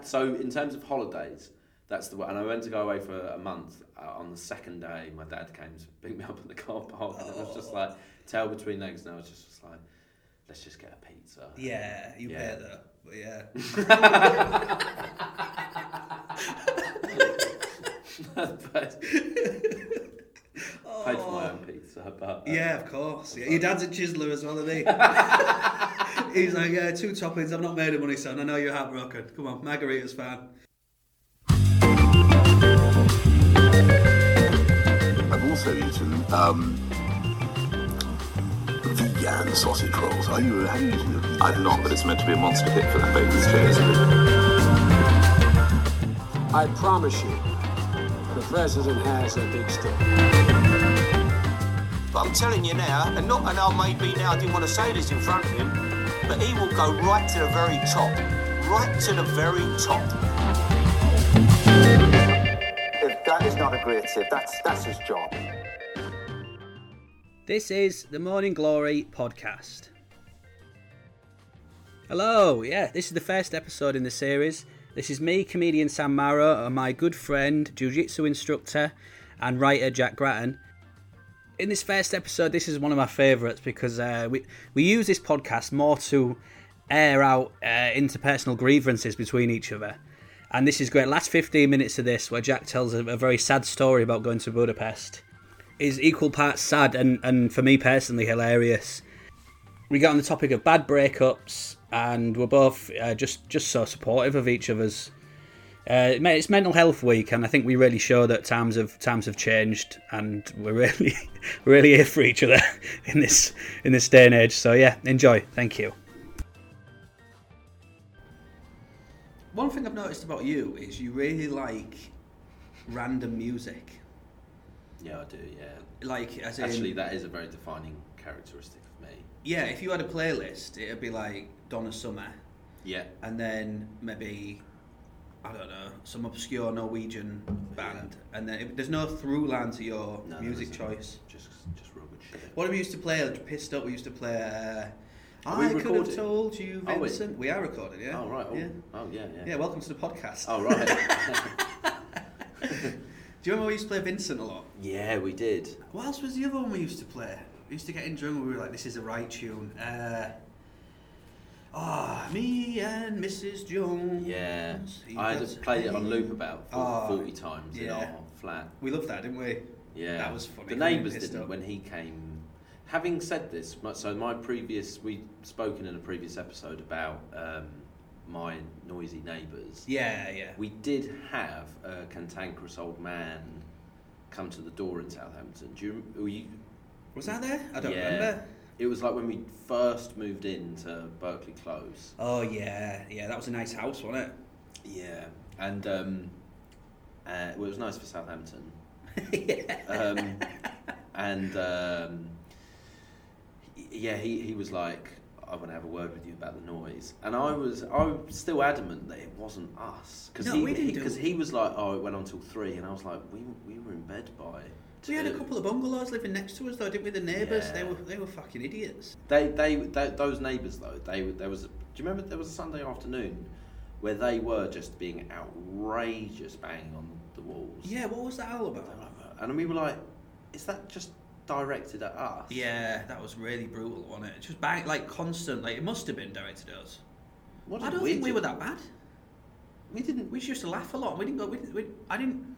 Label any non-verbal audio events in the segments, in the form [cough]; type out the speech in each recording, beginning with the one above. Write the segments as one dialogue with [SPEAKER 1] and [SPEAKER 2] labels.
[SPEAKER 1] So in terms of holidays, that's the one. And I went to go away for a month. Uh, on the second day, my dad came to pick me up at the car park, and it was just
[SPEAKER 2] Oh.
[SPEAKER 1] like tail between legs. And I was just, just like, let's just get a
[SPEAKER 2] [laughs]
[SPEAKER 1] pizza. [laughs]
[SPEAKER 2] Um, Yeah, Uh, you
[SPEAKER 1] Yeah.
[SPEAKER 2] better. But yeah.
[SPEAKER 1] but paid for my own pizza, but uh,
[SPEAKER 2] Yeah, of course. Yeah. Your dad's a chiseler as well, isn't [laughs] he? He's like, yeah, two toppings. I've not made of money, son. I know you're heartbroken. Come on, margarita's fine.
[SPEAKER 3] I've also eaten um, vegan sausage rolls. Are you? Have you eaten them?
[SPEAKER 4] I've not, but it's meant to be a monster hit for that baker's chairs.
[SPEAKER 5] I promise you, the president has a big stick.
[SPEAKER 6] But I'm telling you now, and not an old mate be now, I didn't want to say this in front of him, but he will go right to the very top. Right to the very top.
[SPEAKER 4] If that is not a great tip, that's that's his job.
[SPEAKER 2] This is the Morning Glory podcast. Hello, yeah, this is the first episode in the series. This is me, comedian Sam Marrow, and my good friend, jiu jitsu instructor, and writer Jack Grattan. In this first episode, this is one of my favourites because uh, we, we use this podcast more to air out uh, interpersonal grievances between each other. And this is great. Last 15 minutes of this, where Jack tells a, a very sad story about going to Budapest is equal parts sad and, and for me personally hilarious. We got on the topic of bad breakups, and we're both uh, just just so supportive of each other's. Uh, mate, it's Mental Health Week, and I think we really show that times have times have changed, and we're really [laughs] we're really here for each other [laughs] in this in this day and age. So yeah, enjoy. Thank you. One thing I've noticed about you is you really like random music.
[SPEAKER 1] yeah, I do. Yeah,
[SPEAKER 2] Like as
[SPEAKER 1] actually, that is a very defining characteristic of me.
[SPEAKER 2] Yeah, if you had a playlist, it'd be like Donna Summer,
[SPEAKER 1] Yeah,
[SPEAKER 2] and then maybe I don't know some obscure Norwegian band, and then it, there's no through line to your
[SPEAKER 1] No, there
[SPEAKER 2] music
[SPEAKER 1] isn't.
[SPEAKER 2] choice.
[SPEAKER 1] just just real good shit.
[SPEAKER 2] What we used to play, like, pissed up. We used to play. Uh,
[SPEAKER 1] Are we
[SPEAKER 2] I could have
[SPEAKER 1] recording?
[SPEAKER 2] told you,
[SPEAKER 1] Are we?
[SPEAKER 2] Vincent. We are recording. Yeah.
[SPEAKER 1] Oh right. Oh
[SPEAKER 2] Yeah.
[SPEAKER 1] yeah. Oh, yeah, yeah.
[SPEAKER 2] Yeah. Welcome to the podcast.
[SPEAKER 1] Oh right. [laughs]
[SPEAKER 2] Do you remember we used to play Vincent a lot?
[SPEAKER 1] yeah, we did.
[SPEAKER 2] What else was the other one we used to play? We used to get in drunk and we were like, this is the right tune. Uh, ah, me and Mrs. Jones.
[SPEAKER 1] Yeah,
[SPEAKER 2] He
[SPEAKER 1] I had
[SPEAKER 2] does-
[SPEAKER 1] to play it on loop about
[SPEAKER 2] Oh,
[SPEAKER 1] 40 times in
[SPEAKER 2] yeah.
[SPEAKER 1] our flat.
[SPEAKER 2] We loved that, didn't we?
[SPEAKER 1] Yeah,
[SPEAKER 2] That was funny.
[SPEAKER 1] The
[SPEAKER 2] Couldn't
[SPEAKER 1] neighbours
[SPEAKER 2] have pissed
[SPEAKER 1] didn't
[SPEAKER 2] up.
[SPEAKER 1] when he came. Having said this, my- so my previous we'd spoken in a previous episode about um, my noisy neighbours.
[SPEAKER 2] Yeah, yeah.
[SPEAKER 1] We did have a cantankerous old man come to the door in Southampton. Do you? rem- Were you
[SPEAKER 2] Was that there? I don't
[SPEAKER 1] yeah.
[SPEAKER 2] remember.
[SPEAKER 1] It was like when we first moved into Berkeley Close.
[SPEAKER 2] Oh, yeah, yeah. That was a nice house, wasn't
[SPEAKER 1] Yeah, and um, uh, well, it was nice for
[SPEAKER 2] [laughs]
[SPEAKER 1] Southampton.
[SPEAKER 2] it? yeah.
[SPEAKER 1] um, and um, y- yeah, he, he was like, I want to have a word with you about the noise, and I was I was still adamant that it wasn't us because
[SPEAKER 2] No,
[SPEAKER 1] he
[SPEAKER 2] we didn't do
[SPEAKER 1] because
[SPEAKER 2] it.
[SPEAKER 1] he, was like, oh, it went on till three, and I was like, we, we were in bed by.
[SPEAKER 2] We had a
[SPEAKER 1] two."
[SPEAKER 2] couple of bungalows living next to us, though, didn't we? The neighbours, they
[SPEAKER 1] Yeah.
[SPEAKER 2] were they were fucking idiots.
[SPEAKER 1] They, they, they those neighbours though they were- there was a, do you remember there was a Sunday afternoon where they were just being outrageous banging on the walls
[SPEAKER 2] Yeah, what was that all
[SPEAKER 1] They were
[SPEAKER 2] about?
[SPEAKER 1] like, and we were like is that just directed at us
[SPEAKER 2] Yeah, that was really brutal, wasn't it? Just bang, like constant, like it must have been directed at us.
[SPEAKER 1] What
[SPEAKER 2] I
[SPEAKER 1] did
[SPEAKER 2] don't think we
[SPEAKER 1] do?
[SPEAKER 2] were that bad.
[SPEAKER 1] We didn't.
[SPEAKER 2] We
[SPEAKER 1] We,
[SPEAKER 2] just used to laugh a lot. We didn't go. We, didn't- we, I didn't.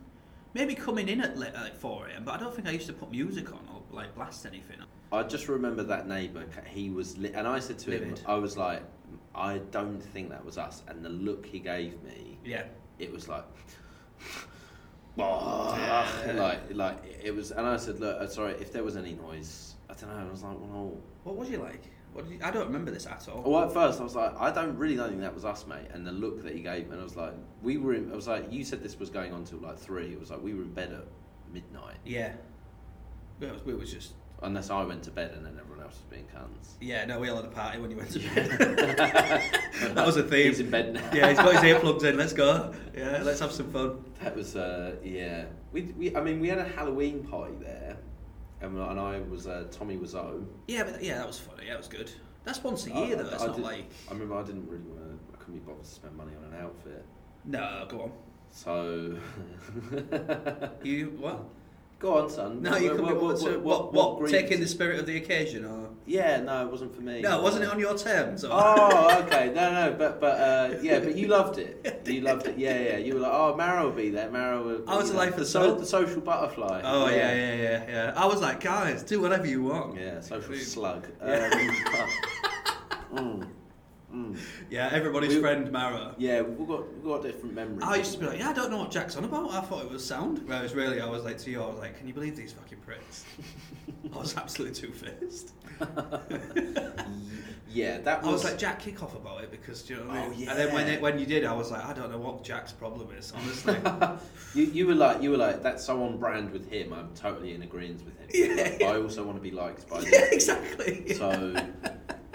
[SPEAKER 2] Maybe coming in at like, like four a.m. But I don't think I used to put music on or like blast anything.
[SPEAKER 1] I just remember that neighbour. ca- He was, li- and I said to him,
[SPEAKER 2] Livid.
[SPEAKER 1] I was like, I don't think that was us. And the look he gave me,
[SPEAKER 2] Yeah.
[SPEAKER 1] it was like, [laughs] "Ugh," like, like it was. And I said, look, uh, sorry, if there was any noise, I don't know. I was like, well,
[SPEAKER 2] What was you like? What did you, I don't remember this at all.
[SPEAKER 1] no. Well, at first I was like, I don't really don't think that was us, mate. And the look that he gave, me, and I was like, we were. In, I was like, you said this was going on till like three. It was like we were in bed at midnight,
[SPEAKER 2] Yeah. It was, we was just.
[SPEAKER 1] unless I went to bed and then everyone else was being cunts.
[SPEAKER 2] Yeah, no, we all had a party when you went to bed. [laughs] that was a theme.
[SPEAKER 1] He's in bed now.
[SPEAKER 2] yeah, he's [laughs] got his earplugs in. Let's go. Yeah, let's have some fun.
[SPEAKER 1] That was uh, yeah. We, we I mean we had a Halloween party there, and, and I was uh, Tommy Wiseau.
[SPEAKER 2] Yeah, but yeah, that was funny. That was good. That's once a year,
[SPEAKER 1] I,
[SPEAKER 7] Oh,
[SPEAKER 2] though. That's
[SPEAKER 1] I
[SPEAKER 2] not
[SPEAKER 1] did-
[SPEAKER 2] like.
[SPEAKER 1] I remember I didn't really want to. I couldn't be bothered to spend money on an outfit.
[SPEAKER 2] No, go on.
[SPEAKER 1] So, [laughs]
[SPEAKER 7] You what?
[SPEAKER 1] go on, son.
[SPEAKER 7] No, you
[SPEAKER 1] What-
[SPEAKER 7] can be
[SPEAKER 1] what-
[SPEAKER 7] what, so what, what,
[SPEAKER 1] grieved-
[SPEAKER 7] taking the spirit of the occasion or
[SPEAKER 1] Yeah, no, it wasn't for me.
[SPEAKER 7] no? Wasn't it on your terms? Or?
[SPEAKER 1] Oh, okay. No, no, but but uh, yeah, but you loved
[SPEAKER 7] [laughs]
[SPEAKER 1] it. You loved it. Yeah, yeah. You were like, oh, Mara will be there. Mara will.
[SPEAKER 7] I was
[SPEAKER 1] you know,
[SPEAKER 7] alive for the
[SPEAKER 1] so,
[SPEAKER 7] soul.
[SPEAKER 1] the social butterfly.
[SPEAKER 7] Oh yeah, yeah, yeah, yeah. I was like, guys, do whatever you want.
[SPEAKER 1] Yeah, social
[SPEAKER 7] We- [laughs]
[SPEAKER 1] slug.
[SPEAKER 7] Yeah.
[SPEAKER 1] Um,
[SPEAKER 7] Yeah, everybody's
[SPEAKER 1] We-
[SPEAKER 7] friend Mara.
[SPEAKER 1] [laughs] yeah, we've got we've got different memories.
[SPEAKER 7] I used to be like, yeah, I don't know what Jack's on about. I thought it was sound. Whereas really, I was like to you, I was like, can you believe these fucking
[SPEAKER 1] [laughs]
[SPEAKER 7] pricks? I was absolutely two faced.
[SPEAKER 1] Yeah, that
[SPEAKER 7] I
[SPEAKER 1] was.
[SPEAKER 7] was like, Jack, kick off about it because do you know what I
[SPEAKER 1] Oh,
[SPEAKER 7] mean? And then when
[SPEAKER 1] yeah.
[SPEAKER 7] it, when you did, I was like, I don't know what Jack's problem is.
[SPEAKER 1] [laughs]
[SPEAKER 7] Honestly, I
[SPEAKER 1] you, you were like you were like that's so on brand with him. I'm totally in agreement with him.
[SPEAKER 7] Yeah.
[SPEAKER 1] But I also want to be liked
[SPEAKER 7] [laughs]
[SPEAKER 1] by.
[SPEAKER 7] Yeah,
[SPEAKER 1] them.
[SPEAKER 7] exactly.
[SPEAKER 1] [laughs] So.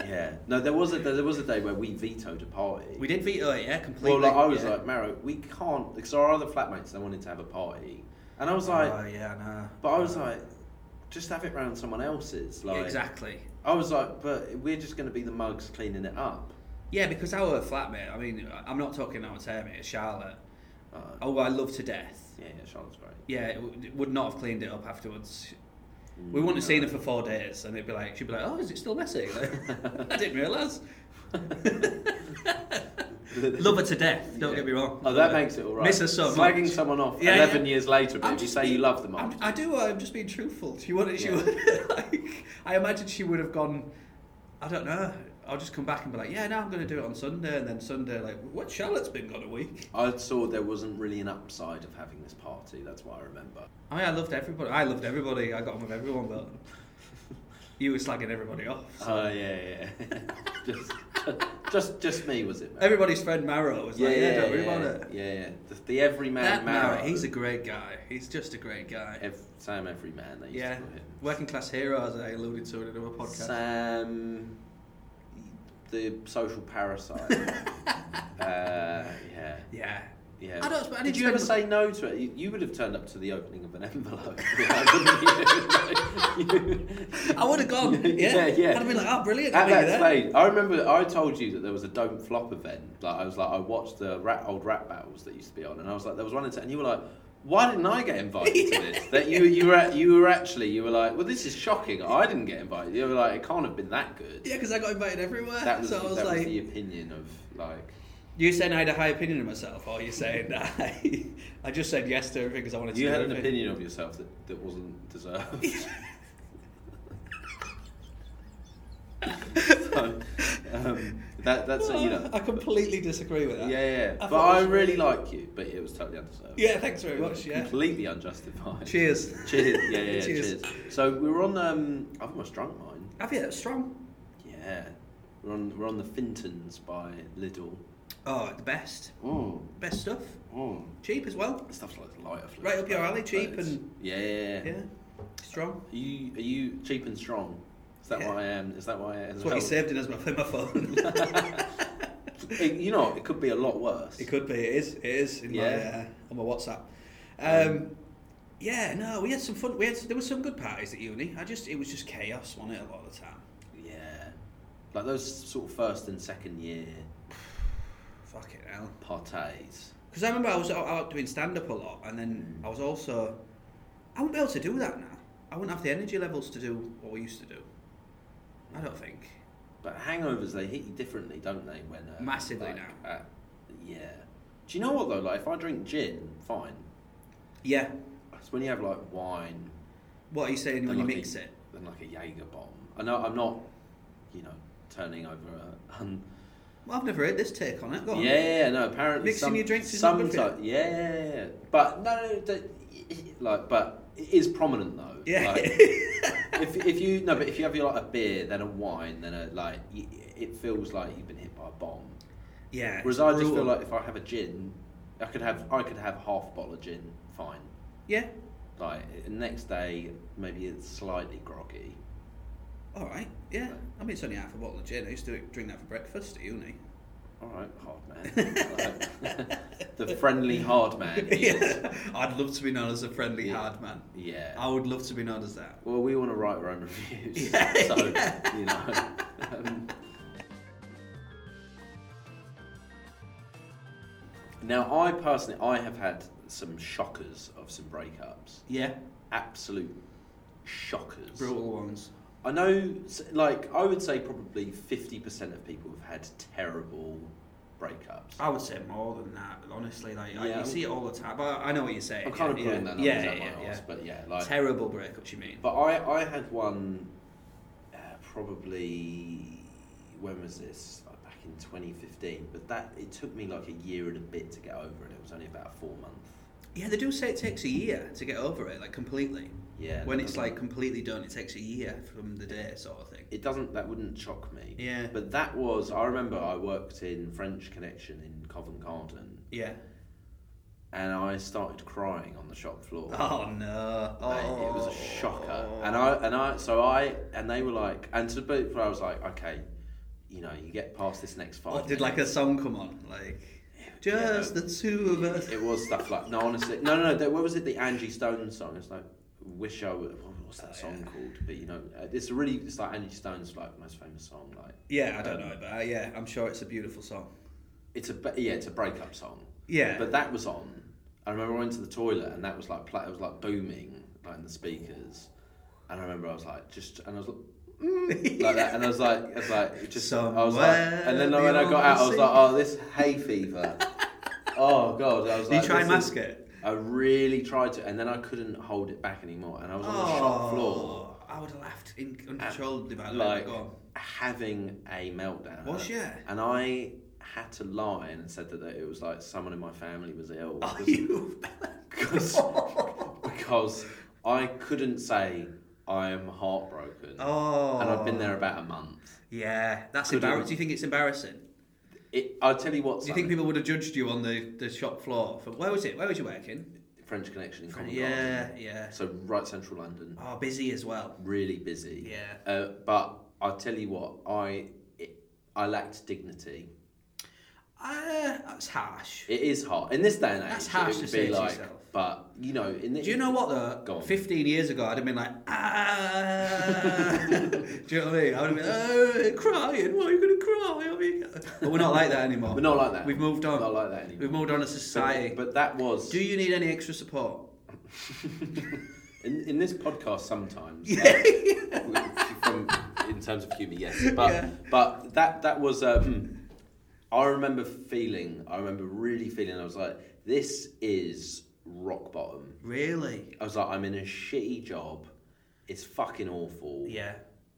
[SPEAKER 1] Yeah. No, there was a there was a day where we vetoed a party.
[SPEAKER 7] [laughs] we did veto it, yeah, completely.
[SPEAKER 1] Well, like, I was
[SPEAKER 7] yeah.
[SPEAKER 1] like, Maro, we can't, because our other flatmates, they wanted to have a party. And I was like,
[SPEAKER 7] oh yeah, nah.
[SPEAKER 1] but I was like, just have it round someone else's. Like,
[SPEAKER 7] exactly.
[SPEAKER 1] I was like, but we're just going to be the mugs cleaning it up.
[SPEAKER 7] Yeah, because our flatmate, I mean, I'm not talking our termite, Charlotte,
[SPEAKER 1] Uh,
[SPEAKER 7] oh, I love to death.
[SPEAKER 1] Yeah, yeah, Charlotte's great.
[SPEAKER 7] Yeah, it w- it would not have cleaned it up afterwards. We wouldn't have seen her for four days, and it'd be like, she'd be like, oh, is it still messy? [laughs] Like, I didn't realise. love her to death, don't
[SPEAKER 1] Yeah.
[SPEAKER 7] get me wrong.
[SPEAKER 1] Oh, that makes it all right.
[SPEAKER 7] Miss her so
[SPEAKER 1] Slagging
[SPEAKER 7] much.
[SPEAKER 1] someone off
[SPEAKER 7] Yeah,
[SPEAKER 1] 11
[SPEAKER 7] yeah.
[SPEAKER 1] years later, but
[SPEAKER 7] I'm
[SPEAKER 1] if you
[SPEAKER 7] just
[SPEAKER 1] say you
[SPEAKER 7] being-
[SPEAKER 1] love them,
[SPEAKER 7] I'm,
[SPEAKER 1] after.
[SPEAKER 7] I do. I'm just being truthful. She wanted. She
[SPEAKER 1] Yeah.
[SPEAKER 7] would. [laughs] Like, I imagine she would have gone. I don't know. I'll just come back and be like, yeah, now I'm going to do it on Sunday, and then Sunday, like, what? Charlotte's been gone a week.
[SPEAKER 1] I saw there wasn't really an upside of having this party. That's what I remember.
[SPEAKER 7] I mean, I loved everybody. I loved everybody. I got on with everyone, but [laughs] you were slagging everybody off. so.
[SPEAKER 1] Oh, yeah, yeah. [laughs] just, just, just me, was it, Maro?
[SPEAKER 7] Everybody's friend Maro was like, yeah, don't worry
[SPEAKER 1] yeah,
[SPEAKER 7] about it.
[SPEAKER 1] yeah, yeah. The, the everyman
[SPEAKER 7] That
[SPEAKER 1] Maro.
[SPEAKER 7] Maro, he's a great guy. He's just a great guy.
[SPEAKER 1] Ev- Sam Everyman. They used
[SPEAKER 7] yeah,
[SPEAKER 1] to call him.
[SPEAKER 7] working class hero, as I alluded to in another podcast.
[SPEAKER 1] Sam, the social
[SPEAKER 7] [laughs]
[SPEAKER 1] parasite. uh, yeah,
[SPEAKER 7] Yeah.
[SPEAKER 1] yeah.
[SPEAKER 7] I don't expect-
[SPEAKER 1] Did
[SPEAKER 7] I didn't
[SPEAKER 1] you ever
[SPEAKER 7] spend-
[SPEAKER 1] say no to it? You, you would have turned up to the opening of an envelope. [laughs]
[SPEAKER 7] [laughs]
[SPEAKER 1] wouldn't you?
[SPEAKER 7] I would have gone.
[SPEAKER 1] [laughs]
[SPEAKER 7] Yeah,
[SPEAKER 1] Yeah, yeah.
[SPEAKER 7] I'd have been like, oh, brilliant.
[SPEAKER 1] At
[SPEAKER 7] I'll be
[SPEAKER 1] that
[SPEAKER 7] there.
[SPEAKER 1] stage, I remember that I told you that there was a don't flop event. Like I was like, I watched the rat, old rat battles that used to be on, and I was like, there was one in town, and you were like, why didn't I get invited
[SPEAKER 7] [laughs]
[SPEAKER 1] to this? That you you were at- you were actually you were like, well, this is shocking. I didn't get invited. You were like, it can't have been that good.
[SPEAKER 7] Yeah, because I got invited everywhere.
[SPEAKER 1] That was,
[SPEAKER 7] so I was
[SPEAKER 1] that
[SPEAKER 7] like,
[SPEAKER 1] was the opinion of like.
[SPEAKER 7] you saying I had a high opinion of myself, or you saying that [laughs] I, I just said yes to everything because I wanted to
[SPEAKER 1] You
[SPEAKER 7] do
[SPEAKER 1] had an
[SPEAKER 7] [laughs] everything?
[SPEAKER 1] opinion [laughs] of yourself that, that wasn't deserved.
[SPEAKER 7] [laughs]
[SPEAKER 1] [laughs] so, um, that, that's it, you know.
[SPEAKER 7] I completely disagree with
[SPEAKER 1] Yeah,
[SPEAKER 7] that.
[SPEAKER 1] yeah.
[SPEAKER 7] I
[SPEAKER 1] but
[SPEAKER 7] thought
[SPEAKER 1] I
[SPEAKER 7] it was
[SPEAKER 1] really
[SPEAKER 7] really-
[SPEAKER 1] like you, but it was totally undeserved.
[SPEAKER 7] Yeah, thanks very much. Yeah.
[SPEAKER 1] Completely unjustified.
[SPEAKER 7] Cheers.
[SPEAKER 1] Cheers. Yeah,
[SPEAKER 7] [laughs]
[SPEAKER 1] yeah, yeah,
[SPEAKER 7] Cheers.
[SPEAKER 1] cheers. So we were on. Um, I've almost drunk mine.
[SPEAKER 7] Have you? It's strong.
[SPEAKER 1] Yeah. We're on. We're on the Fintons by Lidl.
[SPEAKER 7] Oh, the best.
[SPEAKER 1] Oh,
[SPEAKER 7] Best stuff.
[SPEAKER 1] oh.
[SPEAKER 7] Cheap as well.
[SPEAKER 1] Stuff's like lighter. fluid.
[SPEAKER 7] mm. Right up your alley,
[SPEAKER 1] But
[SPEAKER 7] cheap
[SPEAKER 1] it's-
[SPEAKER 7] and-
[SPEAKER 1] Yeah. yeah, yeah.
[SPEAKER 7] Yeah. Strong.
[SPEAKER 1] Are you are you cheap and strong? Is that
[SPEAKER 7] Yeah.
[SPEAKER 1] what I am? Is that what I am?
[SPEAKER 7] That's what he saved it as my, [laughs] in my phone. [laughs]
[SPEAKER 1] It, you know, it could be a lot worse.
[SPEAKER 7] It could be. It is. It is in
[SPEAKER 1] Yeah.
[SPEAKER 7] my uh, on my WhatsApp. Um, yeah. No, we had some fun. We had there were some good parties at uni. I just it was just chaos, wasn't it? A lot of the time.
[SPEAKER 1] Yeah. Like those sort of first and second year
[SPEAKER 7] Fucking hell.
[SPEAKER 1] parties.
[SPEAKER 7] Because I remember I was out, out doing stand up a lot, and then I was also I wouldn't be able to do that now. I wouldn't have the energy levels to do what we used to do. I don't think.
[SPEAKER 1] But hangovers, they hit you differently, don't they? When uh,
[SPEAKER 7] Massively
[SPEAKER 1] like,
[SPEAKER 7] now.
[SPEAKER 1] uh, yeah. Do you know what though? Like, if I drink gin, fine.
[SPEAKER 7] Yeah.
[SPEAKER 1] It's when you have like wine.
[SPEAKER 7] What are you saying when you
[SPEAKER 1] and, like,
[SPEAKER 7] mix
[SPEAKER 1] a,
[SPEAKER 7] it?
[SPEAKER 1] Then like a Jaeger bomb. I know I'm not, you know, turning over. A, [laughs] um,
[SPEAKER 7] Well, I've never heard this take on it. Go
[SPEAKER 1] yeah,
[SPEAKER 7] on.
[SPEAKER 1] yeah, yeah, no. Apparently,
[SPEAKER 7] Mixing
[SPEAKER 1] some,
[SPEAKER 7] your drinks is not
[SPEAKER 1] some
[SPEAKER 7] good for you.
[SPEAKER 1] type- yeah, yeah, yeah. But no, no, don't- like, but it is prominent though.
[SPEAKER 7] Yeah.
[SPEAKER 1] Like, if, if you no, but if you have your like a beer, then a wine, then a like, y- it feels like you've been hit by a bomb.
[SPEAKER 7] [laughs] yeah.
[SPEAKER 1] Whereas I just feel
[SPEAKER 7] brutal.
[SPEAKER 1] like if I have a gin, I could have I could have half a bottle of gin, fine.
[SPEAKER 7] yeah.
[SPEAKER 1] Like the next day, maybe it's slightly groggy.
[SPEAKER 7] All right. Yeah. I mean, it's only half a bottle of gin. I used to drink that for breakfast
[SPEAKER 1] [laughs]
[SPEAKER 7] at uni.
[SPEAKER 1] All right, hard man.
[SPEAKER 7] [laughs]
[SPEAKER 1] Like, the friendly hard man. he is.
[SPEAKER 7] yeah. [laughs] I'd love to be known as a friendly
[SPEAKER 1] Yeah.
[SPEAKER 7] hard man.
[SPEAKER 1] Yeah.
[SPEAKER 7] I would love to be known as that.
[SPEAKER 1] Well, we want to write our own reviews,
[SPEAKER 7] [laughs] Yeah,
[SPEAKER 1] so
[SPEAKER 7] [laughs] yeah.
[SPEAKER 1] you know. Um, Now, I personally, I have had some shockers of some breakups.
[SPEAKER 7] Yeah,
[SPEAKER 1] Absolute shockers.
[SPEAKER 7] brutal ones.
[SPEAKER 1] I know, s- like, I would say probably 50% of people have had terrible breakups.
[SPEAKER 7] I would say more than that, honestly. Like I,
[SPEAKER 1] Yeah.
[SPEAKER 7] you see it all the time. But I, I know what you're saying.
[SPEAKER 1] I'm kind of
[SPEAKER 7] yeah,
[SPEAKER 1] pulling
[SPEAKER 7] yeah.
[SPEAKER 1] that up
[SPEAKER 7] Yeah,
[SPEAKER 1] out
[SPEAKER 7] yeah,
[SPEAKER 1] my
[SPEAKER 7] yeah.
[SPEAKER 1] ass, but yeah, like,
[SPEAKER 7] Terrible breakups, you mean?
[SPEAKER 1] But I, I had one uh, probably when was this? Like back in 2015. But that it took me like a year and a bit to get over it. It was only about a four month.
[SPEAKER 7] Yeah, they do say it takes a year to get over it, like completely.
[SPEAKER 1] Yeah.
[SPEAKER 7] When
[SPEAKER 1] that
[SPEAKER 7] it's
[SPEAKER 1] doesn't-
[SPEAKER 7] like completely done, it takes a year from the day, sort of thing.
[SPEAKER 1] it doesn't that wouldn't shock me.
[SPEAKER 7] Yeah.
[SPEAKER 1] But that was I remember I worked in French Connection in Covent Garden,
[SPEAKER 7] Yeah.
[SPEAKER 1] and I started crying on the shop
[SPEAKER 7] [laughs]
[SPEAKER 1] floor.
[SPEAKER 7] Oh no. Oh.
[SPEAKER 1] Mate, it was a shocker. And I and I so I and they were like and to the point where I was like, okay, you know, you get past this next fight.
[SPEAKER 7] What, did like a song come on? Like just the two of us.
[SPEAKER 1] It was stuff like no, honestly, no, no, no. That, what was it? The Angie Stone song. It's like wish I would. what- What's
[SPEAKER 7] Oh,
[SPEAKER 1] that song called? But you know, uh, it's really it's like Angie Stone's like most famous song. Like
[SPEAKER 7] Yeah, I don't know, but uh, yeah, I'm sure it's a beautiful song.
[SPEAKER 1] it's a ba- yeah, it's a breakup song.
[SPEAKER 7] Yeah.
[SPEAKER 1] But that was on. I remember I went to the toilet and that was like pla- it was like booming like in the speakers, and I remember I was like just and I was like. mm, like
[SPEAKER 7] [laughs]
[SPEAKER 1] that, and I was like, I was like, it just, I was like, and then
[SPEAKER 7] Somewhere
[SPEAKER 1] when I got out, I was
[SPEAKER 7] beyond the
[SPEAKER 1] like, oh, this hay
[SPEAKER 7] [laughs]
[SPEAKER 1] fever, oh god, I was
[SPEAKER 7] Did
[SPEAKER 1] like,
[SPEAKER 7] you
[SPEAKER 1] this
[SPEAKER 7] try and
[SPEAKER 1] is-
[SPEAKER 7] mask it?
[SPEAKER 1] I really tried to, and then I couldn't hold it back anymore, and I was on the shop floor,
[SPEAKER 7] Oh, I would have laughed in, uncontrollably by the way.
[SPEAKER 1] like
[SPEAKER 7] Go
[SPEAKER 1] [laughs]
[SPEAKER 7] on.
[SPEAKER 1] having a meltdown.
[SPEAKER 7] Was
[SPEAKER 1] And I-
[SPEAKER 7] ya?
[SPEAKER 1] And I had to lie and said that, that it was like someone in my family was ill.
[SPEAKER 7] Are
[SPEAKER 1] because-
[SPEAKER 7] you? [laughs]
[SPEAKER 1] Because, because I couldn't say I am heartbroken,
[SPEAKER 7] Oh.
[SPEAKER 1] and I'd been there about a month.
[SPEAKER 7] Yeah, that's
[SPEAKER 1] Could've-
[SPEAKER 7] embarrassing. Do you think it's embarrassing?
[SPEAKER 1] It, I'll tell you what.
[SPEAKER 7] Do you think people would have judged you on the, the shop floor? For, where was it? Where was you working?
[SPEAKER 1] French Connection in Covent
[SPEAKER 7] yeah,
[SPEAKER 1] Garden.
[SPEAKER 7] yeah.
[SPEAKER 1] So right central London.
[SPEAKER 7] Oh, busy as well.
[SPEAKER 1] really busy.
[SPEAKER 7] Yeah.
[SPEAKER 1] Uh, but I'll tell you what, I it, I lacked dignity.
[SPEAKER 7] Uh, that's harsh.
[SPEAKER 1] It is hard in this day and age.
[SPEAKER 7] That's harsh
[SPEAKER 1] it
[SPEAKER 7] to
[SPEAKER 1] would
[SPEAKER 7] say
[SPEAKER 1] be
[SPEAKER 7] to
[SPEAKER 1] like,
[SPEAKER 7] yourself.
[SPEAKER 1] but you know, in the,
[SPEAKER 7] Do you know what though?
[SPEAKER 1] Go on.
[SPEAKER 7] 15 years ago, I'd have been like,
[SPEAKER 1] [laughs]
[SPEAKER 7] ah. Do you know what I mean? I would have been oh, crying. Why are you going to cry? I mean, but we're not like that anymore.
[SPEAKER 1] We're not like that.
[SPEAKER 7] We've moved on.
[SPEAKER 1] Not like that anymore.
[SPEAKER 7] We've moved on as a
[SPEAKER 1] but-
[SPEAKER 7] society.
[SPEAKER 1] But, that was
[SPEAKER 7] do you need any extra support?
[SPEAKER 1] in, in this podcast sometimes. like, from in terms of humour, yes,
[SPEAKER 7] [laughs]
[SPEAKER 1] but
[SPEAKER 7] Yeah.
[SPEAKER 1] but that that was. Um, I remember feeling. I remember really feeling. I was like, this is rock bottom.
[SPEAKER 7] Really?
[SPEAKER 1] I was like, I'm in a shitty job. It's fucking awful.
[SPEAKER 7] Yeah.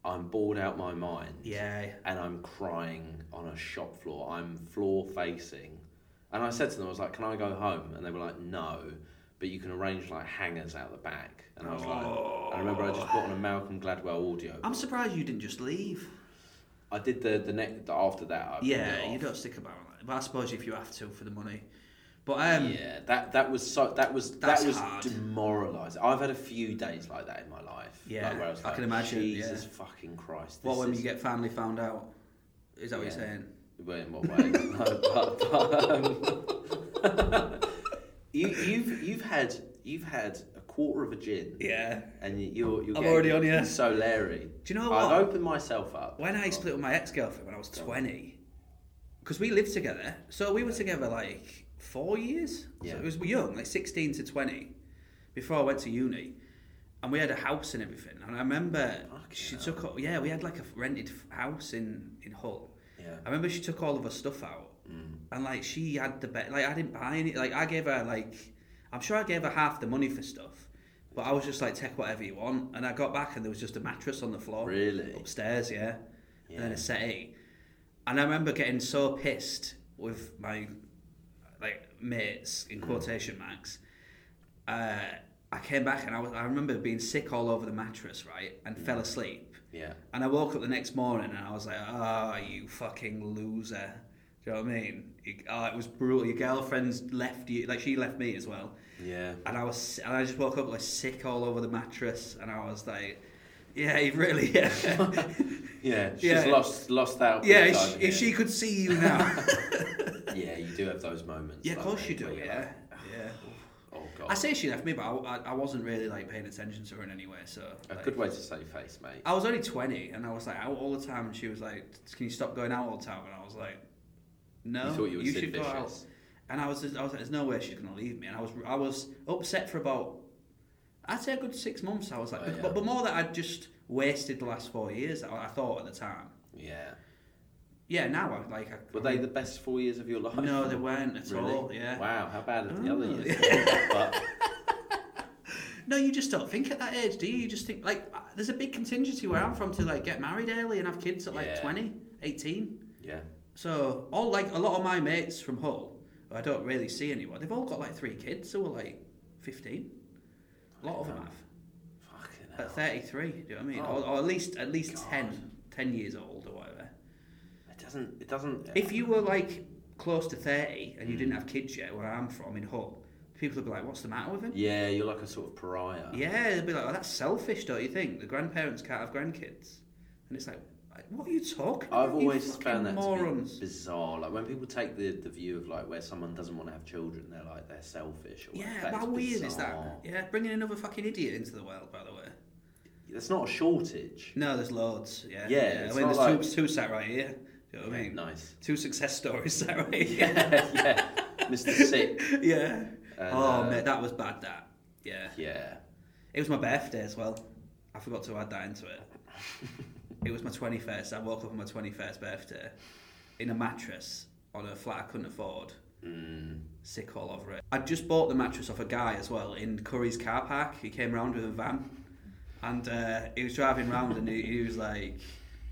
[SPEAKER 1] I'm bored out my mind.
[SPEAKER 7] Yeah.
[SPEAKER 1] And I'm crying on a shop floor. I'm floor facing. And I said to them, I was like, can I go home? And they were like, no, but you can arrange like hangers out the back. And I was like, I remember I just put on a Malcolm Gladwell audio.
[SPEAKER 7] I'm surprised you didn't just leave.
[SPEAKER 1] I did the the next the, after that. I
[SPEAKER 7] Yeah,
[SPEAKER 1] off.
[SPEAKER 7] you don't stick about like that. But I suppose if you have to for the money. But um,
[SPEAKER 1] Yeah, that that was so that was
[SPEAKER 7] That's
[SPEAKER 1] that was
[SPEAKER 7] hard.
[SPEAKER 1] demoralising. I've had a few days like that in my life.
[SPEAKER 7] Yeah,
[SPEAKER 1] like, where I, was
[SPEAKER 7] I
[SPEAKER 1] like,
[SPEAKER 7] can imagine,
[SPEAKER 1] Jesus
[SPEAKER 7] yeah.
[SPEAKER 1] fucking Christ.
[SPEAKER 7] what
[SPEAKER 1] this
[SPEAKER 7] when
[SPEAKER 1] is-
[SPEAKER 7] you get family found out? Is that what you're
[SPEAKER 1] Yeah.
[SPEAKER 7] saying?
[SPEAKER 1] Well, in what way? [laughs] No, but, but, um, [laughs] you, you've you've had you've had a quarter of a gin.
[SPEAKER 7] Yeah.
[SPEAKER 1] And you- you're you're
[SPEAKER 7] I'm
[SPEAKER 1] getting
[SPEAKER 7] already on, yeah.
[SPEAKER 1] So Larry,
[SPEAKER 7] Do you know
[SPEAKER 1] I've
[SPEAKER 7] what?
[SPEAKER 1] opened myself up.
[SPEAKER 7] When I split with my ex girlfriend when I was 20, because we lived together, so we were together like four years.
[SPEAKER 1] Yeah.
[SPEAKER 7] So it was young, like 16 to 20, before I went to uni. And we had a house and everything. And I remember she took, all- yeah, we had like a rented f- house in, in Hull.
[SPEAKER 1] Yeah. Mm.
[SPEAKER 7] I remember she took all of her stuff out. And like she had the bet, like I didn't buy any, like I gave her like, I'm sure I gave her half the money for stuff. But I was just like, take whatever you want. And I got back and there was just a mattress on the floor.
[SPEAKER 1] Really?
[SPEAKER 7] Upstairs, yeah. And then a settee. And I remember getting so pissed with my like mates in quotation marks. Uh, I came back and I was I remember being sick all over the mattress, right? And fell asleep.
[SPEAKER 1] Yeah.
[SPEAKER 7] And I woke up the next morning and I was like, ah, you fucking loser. Do you know what I mean? It, oh, it was brutal. Your girlfriend's left you, like she left me as well.
[SPEAKER 1] Yeah.
[SPEAKER 7] And I was, and I just woke up like sick all over the mattress, and I was like, yeah, he really, yeah,
[SPEAKER 1] Yeah. She's
[SPEAKER 7] Yeah.
[SPEAKER 1] lost lost out.
[SPEAKER 7] yeah.
[SPEAKER 1] big
[SPEAKER 7] If
[SPEAKER 1] time
[SPEAKER 7] she, if she
[SPEAKER 1] here.
[SPEAKER 7] could see you now,
[SPEAKER 1] Yeah, you do have those moments.
[SPEAKER 7] [laughs] yeah, of
[SPEAKER 1] like,
[SPEAKER 7] course you
[SPEAKER 1] where
[SPEAKER 7] do,
[SPEAKER 1] you're
[SPEAKER 7] yeah,
[SPEAKER 1] like,
[SPEAKER 7] yeah.
[SPEAKER 1] oh god.
[SPEAKER 7] I say she left me, but I, I, I wasn't really like paying attention to her in any way. So
[SPEAKER 1] a
[SPEAKER 7] like,
[SPEAKER 1] good way to save face, mate.
[SPEAKER 7] I was only twenty, and I was like out all the time, and she was like, "Can you stop going out all the time?" And I was like, "No,
[SPEAKER 1] You thought you were Sid
[SPEAKER 7] should go out."
[SPEAKER 1] Vicious.
[SPEAKER 7] And I was, just, I was like, there's no way she's gonna leave me. And I was, I was upset for about, I'd say a good six months. I was like,
[SPEAKER 1] Oh,
[SPEAKER 7] but,
[SPEAKER 1] yeah.
[SPEAKER 7] but, but more that I'd just wasted the last four years. I, I thought at the time.
[SPEAKER 1] Yeah.
[SPEAKER 7] Yeah, now I like. I,
[SPEAKER 1] Were they the best four years of your life?
[SPEAKER 7] No, they weren't at
[SPEAKER 1] Really?
[SPEAKER 7] all. Yeah.
[SPEAKER 1] Wow, how bad are the
[SPEAKER 7] Oh.
[SPEAKER 1] other
[SPEAKER 7] [laughs]
[SPEAKER 1] years? been? but
[SPEAKER 7] No, you just don't think at that age, do you? You just think like uh, there's a big contingency where I'm from to like get married early and have kids at like
[SPEAKER 1] Yeah.
[SPEAKER 7] twenty, eighteen. 20, 18.
[SPEAKER 1] yeah,
[SPEAKER 7] So all like a lot of my mates from Hull, who I don't really see anymore, they've all got like three kids who are like 15. A lot of them have.
[SPEAKER 1] fucking
[SPEAKER 7] At
[SPEAKER 1] hell.
[SPEAKER 7] 33, do you know what I mean? Or, or at least at least 10, 10 years old or whatever.
[SPEAKER 1] It doesn't. It doesn't.
[SPEAKER 7] If you were like close to 30 and you didn't have kids yet, where I'm from in Hull, people would be like, what's the matter with him?
[SPEAKER 1] yeah, you're like a sort of pariah.
[SPEAKER 7] Yeah, they'd be like, oh, that's selfish, don't you think? The grandparents can't have grandkids. And it's like, like, what are you talking
[SPEAKER 1] I've
[SPEAKER 7] about? you
[SPEAKER 1] always
[SPEAKER 7] fucking
[SPEAKER 1] found that
[SPEAKER 7] morons.
[SPEAKER 1] to be bizarre. Like when people take the, the view of like where someone doesn't want to have children, they're like they're selfish. Or
[SPEAKER 7] yeah,
[SPEAKER 1] that's
[SPEAKER 7] how weird is that?
[SPEAKER 1] bizarre.
[SPEAKER 7] Yeah, bringing another fucking idiot into the world, by the way.
[SPEAKER 1] There's not a shortage.
[SPEAKER 7] No, there's loads. Yeah,
[SPEAKER 1] Yeah,
[SPEAKER 7] I
[SPEAKER 1] it's
[SPEAKER 7] mean,
[SPEAKER 1] not
[SPEAKER 7] there's two,
[SPEAKER 1] like-
[SPEAKER 7] two sat right here. Do you know what I
[SPEAKER 1] Okay, [laughs]
[SPEAKER 7] mean?
[SPEAKER 1] nice.
[SPEAKER 7] Two success stories [laughs] sat right here.
[SPEAKER 1] yeah, Mr. Sick.
[SPEAKER 7] yeah.
[SPEAKER 1] And,
[SPEAKER 7] oh
[SPEAKER 1] uh,
[SPEAKER 7] mate, that was bad. That. Yeah.
[SPEAKER 1] Yeah.
[SPEAKER 7] It was my birthday as well. I forgot to add that into it. it was my twenty first. I woke up on my twenty first birthday in a mattress on a flat I couldn't afford.
[SPEAKER 1] Mm.
[SPEAKER 7] Sick all over it. I just bought the mattress off a guy as well in Curry's car park. He came round with a van, and uh, he was driving round and he, he was like,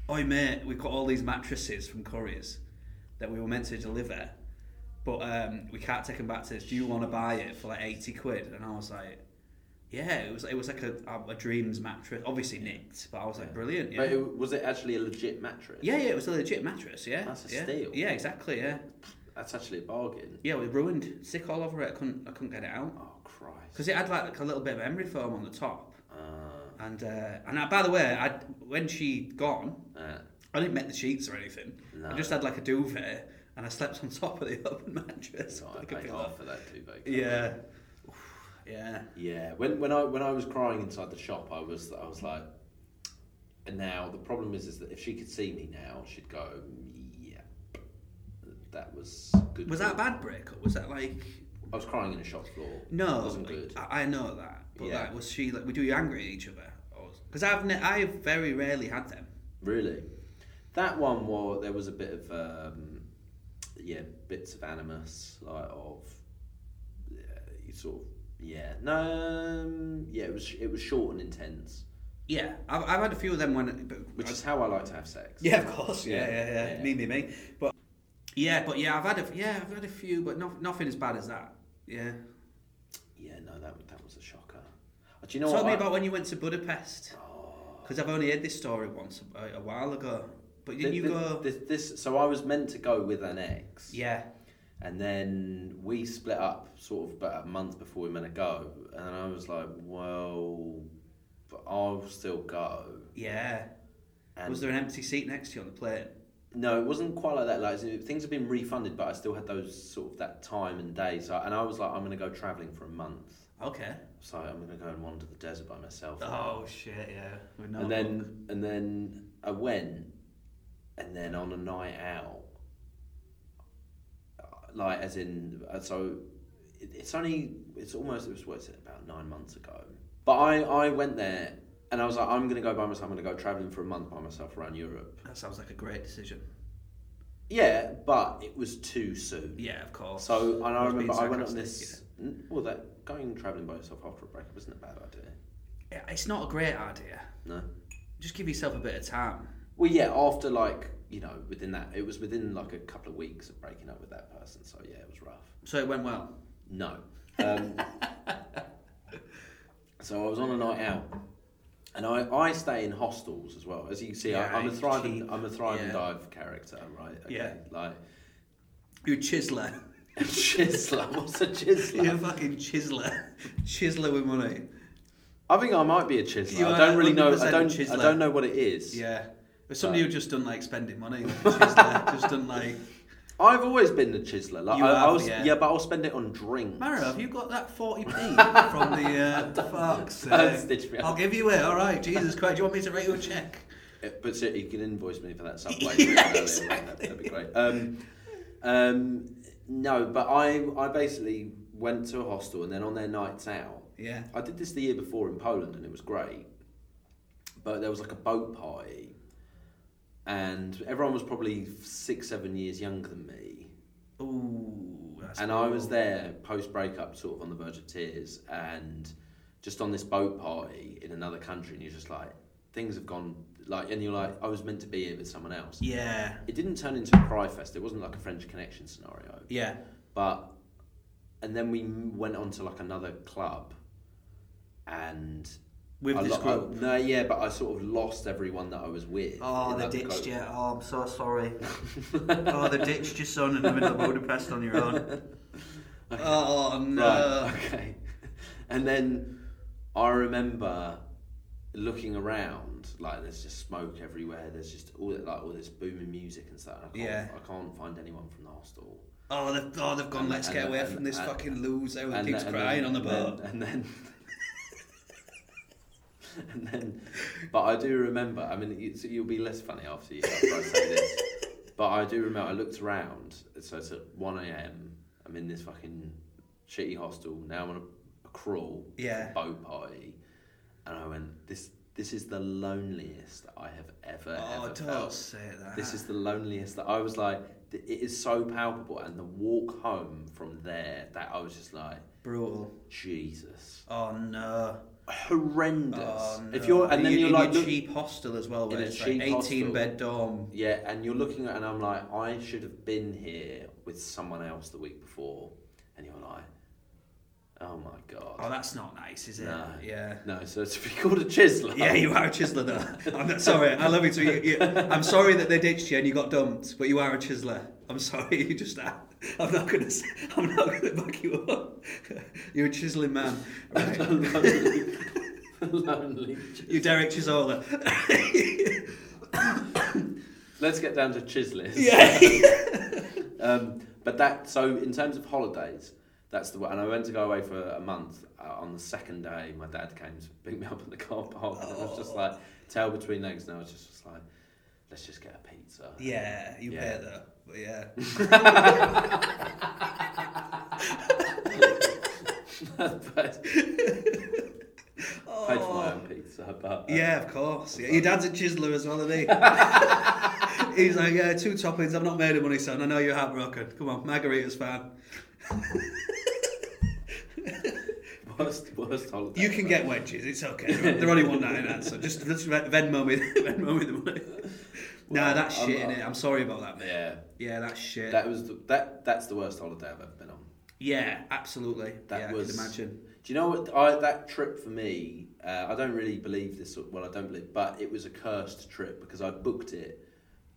[SPEAKER 7] "Oi mate, we got all these mattresses from Curry's that we were meant to deliver, but um, we can't take them back to this. Do you want to buy it for like eighty quid?" And I was like. Yeah, it was it was like a, a, a dreams mattress, obviously nicked, but I was like, brilliant. Yeah.
[SPEAKER 1] But it, was it actually a legit mattress?
[SPEAKER 7] Yeah, yeah, it was a legit mattress. Yeah,
[SPEAKER 1] That's a
[SPEAKER 7] yeah.
[SPEAKER 1] steal.
[SPEAKER 7] Yeah, exactly. Yeah,
[SPEAKER 1] That's actually a bargain.
[SPEAKER 7] yeah, it was ruined. Sick all over it. I couldn't, I couldn't get it out
[SPEAKER 1] Oh Christ.
[SPEAKER 7] because it had like, a little bit of emery foam on the top.
[SPEAKER 1] Uh,
[SPEAKER 7] And uh, and I, by the way, I when she gone,
[SPEAKER 1] uh,
[SPEAKER 7] I didn't make the sheets or anything. I
[SPEAKER 1] No.
[SPEAKER 7] just had like a duvet, and I slept on [laughs] top of the open mattress. [laughs]
[SPEAKER 1] God, I
[SPEAKER 7] like a
[SPEAKER 1] paid
[SPEAKER 7] pillow.
[SPEAKER 1] hard for that too, though.
[SPEAKER 7] Yeah, yeah.
[SPEAKER 1] Yeah, when when I when I was crying inside the shop, I was I was like, and now the problem is is that if she could see me now, she'd go, yeah, that was good.
[SPEAKER 7] Was that a bad breakup? Was that like
[SPEAKER 1] I was crying in a shop floor.
[SPEAKER 7] No,
[SPEAKER 1] it wasn't
[SPEAKER 7] like,
[SPEAKER 1] good.
[SPEAKER 7] I, I know that, but
[SPEAKER 1] Yeah.
[SPEAKER 7] like, was she like? Were you angry at each other? Because I've ne- I've very rarely had them.
[SPEAKER 1] Really, that one was there was a bit of um, yeah bits of animus like of yeah, you sort of yeah no um, yeah it was it was short and intense,
[SPEAKER 7] Yeah, I've, I've had a few of them when. But,
[SPEAKER 1] which is how I like to have sex.
[SPEAKER 7] yeah, of course. Yeah, yeah,
[SPEAKER 1] Yeah,
[SPEAKER 7] yeah.
[SPEAKER 1] yeah.
[SPEAKER 7] Me, me, me. But yeah, but yeah, I've had a yeah, I've had a few, but no, nothing as bad as that. Yeah.
[SPEAKER 1] Yeah, no, that that was a shocker. Uh, Do you know
[SPEAKER 7] Tell
[SPEAKER 1] what?
[SPEAKER 7] me
[SPEAKER 1] I-
[SPEAKER 7] about when you went to Budapest. Because I've only heard this story once a, a while ago. But
[SPEAKER 1] thi-
[SPEAKER 7] didn't you
[SPEAKER 1] thi-
[SPEAKER 7] go?
[SPEAKER 1] This, this, so I was meant to go with an ex.
[SPEAKER 7] yeah.
[SPEAKER 1] And then we split up, sort of, about a month before we were meant to go. And I was like, well, but I'll still go.
[SPEAKER 7] Yeah.
[SPEAKER 1] And
[SPEAKER 7] Was there an empty seat next to you on the plane?
[SPEAKER 1] No, it wasn't quite like that. Like as in, things have been refunded, but I still had those sort of that time and day. So, and I was like, I'm going to go traveling for a month.
[SPEAKER 7] Okay.
[SPEAKER 1] So I'm going to go and wander the desert by myself.
[SPEAKER 7] Oh shit! Yeah. With no
[SPEAKER 1] and then
[SPEAKER 7] book.
[SPEAKER 1] and then I went, and then on a night out, uh, like as in uh, so, it, it's only it's almost it was what's it about nine months ago. But I I went there and I was like I'm gonna go by myself. I'm gonna go traveling for a month by myself around Europe.
[SPEAKER 7] that sounds like a great decision.
[SPEAKER 1] Yeah, but it was too soon.
[SPEAKER 7] Yeah, of course.
[SPEAKER 1] So and I
[SPEAKER 7] Was being
[SPEAKER 1] remember I went on
[SPEAKER 7] sarcastic,
[SPEAKER 1] this. n- Well, that going traveling by yourself after a breakup isn't a bad idea.
[SPEAKER 7] Yeah. It's not a great idea.
[SPEAKER 1] No.
[SPEAKER 7] Just give yourself a bit of time.
[SPEAKER 1] Well, yeah, after like you know, within that, it was within like a couple of weeks of breaking up with that person. So yeah, it was rough.
[SPEAKER 7] So it went well.
[SPEAKER 1] No.
[SPEAKER 7] [laughs]
[SPEAKER 1] Um, so I was on a night out, and I, I stay in hostels as well. As you can see,
[SPEAKER 7] Yeah,
[SPEAKER 1] I, I'm a
[SPEAKER 7] it's
[SPEAKER 1] thrive
[SPEAKER 7] cheap.
[SPEAKER 1] and, I'm a thrive
[SPEAKER 7] Yeah.
[SPEAKER 1] and dive character, right? Okay.
[SPEAKER 7] Yeah.
[SPEAKER 1] Like [laughs]
[SPEAKER 7] You chiseler.
[SPEAKER 1] chiseler. What's a chiseler?
[SPEAKER 7] You're a fucking chiseler. chiseler with money.
[SPEAKER 1] I think I might be a chiseler.
[SPEAKER 7] You
[SPEAKER 1] I
[SPEAKER 7] are
[SPEAKER 1] don't really know.
[SPEAKER 7] 100%
[SPEAKER 1] I
[SPEAKER 7] a
[SPEAKER 1] don't.
[SPEAKER 7] chiseler.
[SPEAKER 1] I don't know what it is.
[SPEAKER 7] Yeah. There's somebody who just done like spending money. Like,
[SPEAKER 1] [laughs]
[SPEAKER 7] chiseler. just done like.
[SPEAKER 1] I've always been a chiseler. Like
[SPEAKER 7] You
[SPEAKER 1] I,
[SPEAKER 7] have,
[SPEAKER 1] I was,
[SPEAKER 7] yeah.
[SPEAKER 1] yeah. but I'll spend it on drinks.
[SPEAKER 7] Mara, have you got that
[SPEAKER 1] [laughs]
[SPEAKER 7] 40p from the uh, fuck's
[SPEAKER 1] don't
[SPEAKER 7] sake.
[SPEAKER 1] stitch me up.
[SPEAKER 7] I'll give you it, alright. Jesus Christ, do you want me to write you a check?
[SPEAKER 1] Uh, But so you can invoice me for that subway.
[SPEAKER 7] Yeah,
[SPEAKER 1] That'd be great. Um, um, No, but I I basically went to a hostel and then on their nights out.
[SPEAKER 7] Yeah.
[SPEAKER 1] I did this the year before in Poland and it was great. But there was like a boat party, and everyone was probably six seven years younger than me.
[SPEAKER 7] Ooh. That's
[SPEAKER 1] And I was there post breakup, sort of on the verge of tears, and just on this boat party in another country, and you're just like, things have gone like, and you're like, I was meant to be here with someone else.
[SPEAKER 7] Yeah.
[SPEAKER 1] It didn't turn into a cry fest. It wasn't like a French Connection scenario.
[SPEAKER 7] Yeah.
[SPEAKER 1] But and then we m- went on to like another club, and
[SPEAKER 7] With
[SPEAKER 1] I
[SPEAKER 7] this
[SPEAKER 1] lo- I-
[SPEAKER 7] group?
[SPEAKER 1] no, yeah, but I sort of lost everyone that I was with.
[SPEAKER 7] Oh,
[SPEAKER 1] in
[SPEAKER 7] they
[SPEAKER 1] that
[SPEAKER 7] ditched
[SPEAKER 1] group.
[SPEAKER 7] you. Oh, I'm so
[SPEAKER 1] [laughs]
[SPEAKER 7] sorry. oh, they ditched your son in the middle of Budapest on your
[SPEAKER 1] [laughs]
[SPEAKER 7] own. Oh, no.
[SPEAKER 1] Right. Okay. [laughs] And then I remember looking around, like there's just smoke everywhere. There's just all like all this booming music and stuff. And I can't,
[SPEAKER 7] Yeah.
[SPEAKER 1] I can't find anyone from the hostel.
[SPEAKER 7] Oh, they've, oh, they've gone,
[SPEAKER 1] And-
[SPEAKER 7] let's
[SPEAKER 1] and-
[SPEAKER 7] get away
[SPEAKER 1] and-
[SPEAKER 7] from this
[SPEAKER 1] and-
[SPEAKER 7] fucking loser who
[SPEAKER 1] And
[SPEAKER 7] keeps
[SPEAKER 1] then- and
[SPEAKER 7] crying
[SPEAKER 1] then-
[SPEAKER 7] on the
[SPEAKER 1] and
[SPEAKER 7] boat.
[SPEAKER 1] then- And then. [laughs] And then, but I do remember. I mean, you, so you'll be less funny after you after I say
[SPEAKER 7] [laughs]
[SPEAKER 1] this. But I do remember. I looked around. So it's at one a.m. I'm in this fucking shitty hostel. Now I'm on a, a crawl. It's a
[SPEAKER 7] Yeah.
[SPEAKER 1] Boat party, and I went. This this is the loneliest I have ever.
[SPEAKER 7] oh,
[SPEAKER 1] ever
[SPEAKER 7] don't
[SPEAKER 1] felt.
[SPEAKER 7] say that.
[SPEAKER 1] This is the loneliest that I was like, th- it is so palpable. And the walk home from there, that I was just like,
[SPEAKER 7] brutal.
[SPEAKER 1] Jesus.
[SPEAKER 7] Oh, no.
[SPEAKER 1] Horrendous.
[SPEAKER 7] Oh, no.
[SPEAKER 1] If you're, and then
[SPEAKER 7] you,
[SPEAKER 1] you're
[SPEAKER 7] in
[SPEAKER 1] like,
[SPEAKER 7] your
[SPEAKER 1] look-
[SPEAKER 7] cheap hostel as well, where
[SPEAKER 1] a
[SPEAKER 7] it's
[SPEAKER 1] cheap
[SPEAKER 7] like 18
[SPEAKER 1] hostel.
[SPEAKER 7] bed dorm.
[SPEAKER 1] yeah, and you're looking at, and I'm like, I should have been here with someone else the week before. And you're like, oh my God.
[SPEAKER 7] Oh, that's not nice, is it?
[SPEAKER 1] no.
[SPEAKER 7] Oh, Yeah.
[SPEAKER 1] No, so to be called a chiseler.
[SPEAKER 7] Yeah, you are a chiseler
[SPEAKER 1] [laughs]
[SPEAKER 7] though. I'm not- sorry, I love you too. You, you, I'm sorry that they ditched you and you got dumped, but you are a chiseler. I'm sorry, [laughs] you just are. I'm not gonna. s- I'm not gonna back you up. [laughs] You're a chiseling man.
[SPEAKER 1] [laughs]
[SPEAKER 7] Right.
[SPEAKER 1] lonely. [laughs] lonely. chis-
[SPEAKER 7] [laughs] You're Derek Chisola.
[SPEAKER 1] Let's get down to chiselers.
[SPEAKER 7] yeah.
[SPEAKER 1] [laughs] Um, but that so in terms of holidays, that's the one. And I went to go away for a month. Uh, on the second day, my dad came to pick me up at the car park, and I was
[SPEAKER 7] Oh.
[SPEAKER 1] just like tail between legs, and I was just, just like, let's just get a pizza.
[SPEAKER 7] Yeah, you
[SPEAKER 1] Um, Yeah.
[SPEAKER 7] pay though. But yeah.
[SPEAKER 1] [laughs]
[SPEAKER 7] [laughs]
[SPEAKER 1] but, Paid for my own pizza, but uh,
[SPEAKER 7] Oh. Yeah, of course. Yeah. Your dad's a chiseler as well, isn't
[SPEAKER 1] [laughs]
[SPEAKER 7] he? He's like, yeah, two toppings. I've not made any money, son. I know you're heartbroken. Come on, margarita's fine.
[SPEAKER 1] worst worst holiday.
[SPEAKER 7] You can get wedges. It's okay. They're, they're only one ninety
[SPEAKER 1] [laughs]
[SPEAKER 7] nine. So just just Ven- Venmo me, [laughs] Venmo me the money. nah, that's
[SPEAKER 1] I'm-
[SPEAKER 7] shit. innit? I'm sorry about that, mate.
[SPEAKER 1] Yeah,
[SPEAKER 7] Yeah, that's shit.
[SPEAKER 1] that was the, that. That's the worst holiday I've ever been on.
[SPEAKER 7] yeah, absolutely.
[SPEAKER 1] That
[SPEAKER 7] yeah,
[SPEAKER 1] was.
[SPEAKER 7] I can imagine.
[SPEAKER 1] Do you know what? I, that trip for me, uh, I don't really believe this. sort- Well, I don't believe, but it was a cursed trip because I booked it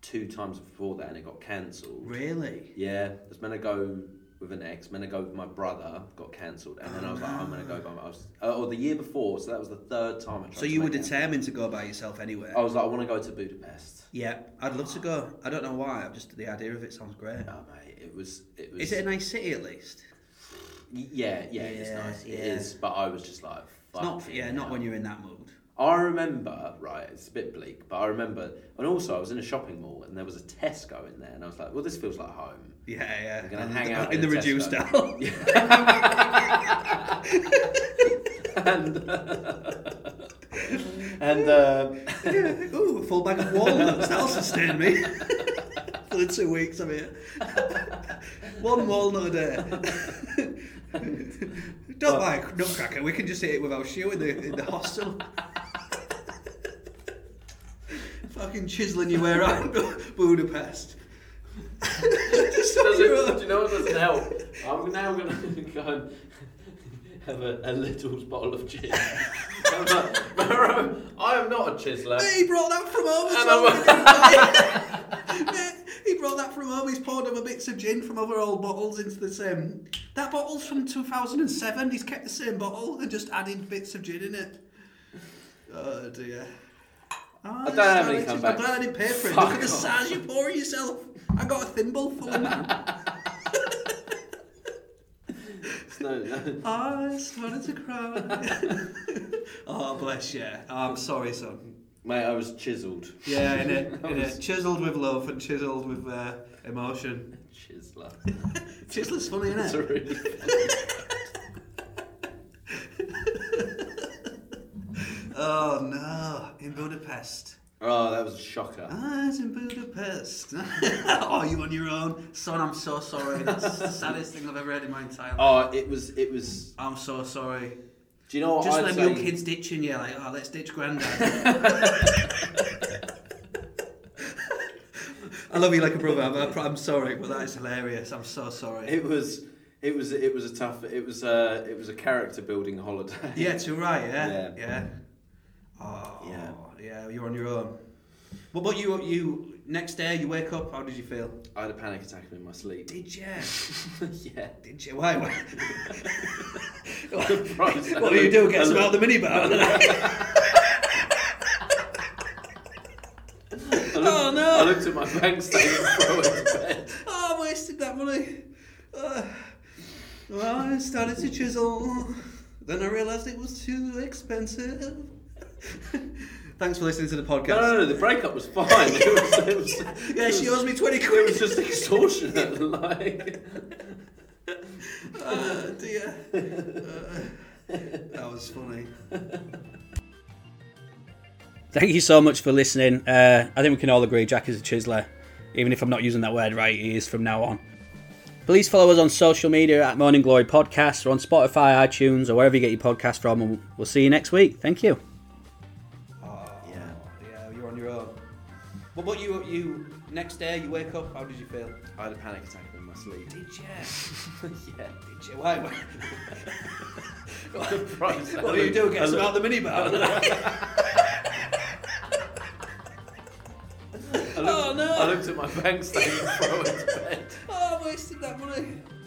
[SPEAKER 1] two times before that and it got cancelled.
[SPEAKER 7] Really?
[SPEAKER 1] Yeah, I was meant to go with an ex, meant to go with my brother, got cancelled, and then I was like, I'm gonna go by myself. Uh, or the year before, so that was the third time. I tried
[SPEAKER 7] So
[SPEAKER 1] to
[SPEAKER 7] you were
[SPEAKER 1] make it happen.
[SPEAKER 7] determined to go by yourself anyway?
[SPEAKER 1] I was like, I want to go to Budapest.
[SPEAKER 7] Yeah, I'd love to go. I don't know why. I've just the idea of it sounds great.
[SPEAKER 1] Oh, mate, it was. It was.
[SPEAKER 7] Is it a nice city at least?
[SPEAKER 1] y- Yeah, yeah, it's
[SPEAKER 7] Yeah,
[SPEAKER 1] nice. It
[SPEAKER 7] yeah.
[SPEAKER 1] is, but I was just like,
[SPEAKER 7] It's not.
[SPEAKER 1] fucking
[SPEAKER 7] Yeah, not
[SPEAKER 1] hell.
[SPEAKER 7] when you're in that mood.
[SPEAKER 1] I remember, right, it's a bit bleak, but I remember, and also I was in a shopping mall and there was a Tesco in there, and I was like, well, this feels like home.
[SPEAKER 7] Yeah, yeah.
[SPEAKER 1] I'm gonna
[SPEAKER 7] And
[SPEAKER 1] hang
[SPEAKER 7] the-
[SPEAKER 1] out
[SPEAKER 7] in the
[SPEAKER 1] in a
[SPEAKER 7] reduced
[SPEAKER 1] Tesco.
[SPEAKER 7] down.
[SPEAKER 1] And [laughs] uh,
[SPEAKER 7] [laughs] Ooh, a full bag of walnuts. That'll sustain me [laughs] for the two weeks I'm here. [laughs] One walnut a day. [laughs] Don't buy a nutcracker. We can just eat it with our shoe in the in the hostel. [laughs] Fucking chiseling your way around [laughs] Budapest. [laughs] just on your
[SPEAKER 1] do
[SPEAKER 7] own.
[SPEAKER 1] you know what doesn't help? I'm now going to [laughs] go and have a, a Little's bottle of [laughs] gin. I'm like, "Maro, I am not a chiseler.
[SPEAKER 7] He brought that from home. as
[SPEAKER 1] And
[SPEAKER 7] well,
[SPEAKER 1] I'm-
[SPEAKER 7] didn't
[SPEAKER 1] [laughs]
[SPEAKER 7] he? Mate, he brought that from home. He's poured other bits of gin from other old bottles into the same. That bottle's from 2007. He's kept the same bottle and just added bits of gin in it. Oh dear. Ah,
[SPEAKER 1] don't have any
[SPEAKER 7] sorry,
[SPEAKER 1] comebacks.
[SPEAKER 7] I'm glad I didn't pay for it.
[SPEAKER 1] Fuck
[SPEAKER 7] Look at the
[SPEAKER 1] off.
[SPEAKER 7] size you're pouring yourself. I got a thimble full of
[SPEAKER 1] [laughs]
[SPEAKER 7] man.
[SPEAKER 1] No, no.
[SPEAKER 7] Ah, I started to cry. [laughs] oh, bless you. I'm sorry, son.
[SPEAKER 1] Mate, I was chiseled.
[SPEAKER 7] Yeah, in it, in it. Chiseled with love and chiseled with uh, emotion.
[SPEAKER 1] [laughs] Chisler.
[SPEAKER 7] Chisler's funny, isn't it?
[SPEAKER 1] It's a really
[SPEAKER 7] Oh no, in Budapest.
[SPEAKER 1] Oh, that was a shocker.
[SPEAKER 7] Ah, it's in Budapest. [laughs] oh, you on your own? Son, I'm so sorry.
[SPEAKER 1] [laughs]
[SPEAKER 7] That's the saddest thing I've ever heard in my entire life.
[SPEAKER 1] Oh, it was. It was.
[SPEAKER 7] I'm so sorry.
[SPEAKER 1] Do you know what
[SPEAKER 7] Just
[SPEAKER 1] Oh, I'd
[SPEAKER 7] let
[SPEAKER 1] say?
[SPEAKER 7] young kids ditching you, like, oh, let's ditch
[SPEAKER 1] [laughs]
[SPEAKER 7] granddad. [laughs] I love you like a brother. I'm, I'm sorry, but that is hilarious. I'm so sorry.
[SPEAKER 1] It was. It was. It was a tough. It was a. It was a character building holiday.
[SPEAKER 7] Yeah, to right, yeah.
[SPEAKER 1] Yeah.
[SPEAKER 7] Yeah. Oh, yeah.
[SPEAKER 1] Yeah.
[SPEAKER 7] you're on your own. What about you? You next day, you wake up. How did you feel?
[SPEAKER 1] [laughs] I had a panic attack in my sleep. [laughs]
[SPEAKER 7] Did you?
[SPEAKER 1] yeah.
[SPEAKER 7] did you? Why? [laughs] Why?
[SPEAKER 1] Christ, I
[SPEAKER 7] [laughs] what do you
[SPEAKER 1] look-
[SPEAKER 7] do? Get
[SPEAKER 1] I
[SPEAKER 7] some
[SPEAKER 1] look-
[SPEAKER 7] out of the [laughs] minibar.
[SPEAKER 1] I looked, oh no! I looked at my bank statement before I went to bed.
[SPEAKER 7] oh, I wasted that money. Uh, well, I started to chisel. Then I realised it was too expensive. [laughs] Thanks for listening to the podcast.
[SPEAKER 1] No, no, no. The breakup was fine. [laughs] It was. It was
[SPEAKER 7] Yeah,
[SPEAKER 1] it
[SPEAKER 7] she
[SPEAKER 1] was,
[SPEAKER 7] owes me twenty
[SPEAKER 1] It
[SPEAKER 7] quid.
[SPEAKER 1] was just extortionate. [laughs] like.
[SPEAKER 7] Uh, [laughs] dear. Uh, that was funny.
[SPEAKER 2] Thank you so much for listening. Uh, I think we can all agree Jack is a chiseler, even if I'm not using that word right. He is from now on. Please follow us on social media at Morning Glory Podcast or on Spotify, iTunes, or wherever you get your podcast from. And we'll see you next week. Thank you.
[SPEAKER 1] Yeah.
[SPEAKER 7] Oh, Yeah, you're on your own. What about you? You next day, you wake up. How did you feel?
[SPEAKER 1] I had a panic attack in my sleep.
[SPEAKER 7] Did [laughs] you?
[SPEAKER 1] yeah.
[SPEAKER 7] Did you? [laughs] Why? why-
[SPEAKER 1] Christ, I
[SPEAKER 7] what do you
[SPEAKER 1] looked-
[SPEAKER 7] do?
[SPEAKER 1] I
[SPEAKER 7] Get some
[SPEAKER 1] looked-
[SPEAKER 7] out of the minibar.
[SPEAKER 1] I looked, oh no! I looked at my bank statement before I went to bed.
[SPEAKER 7] oh, I wasted that money.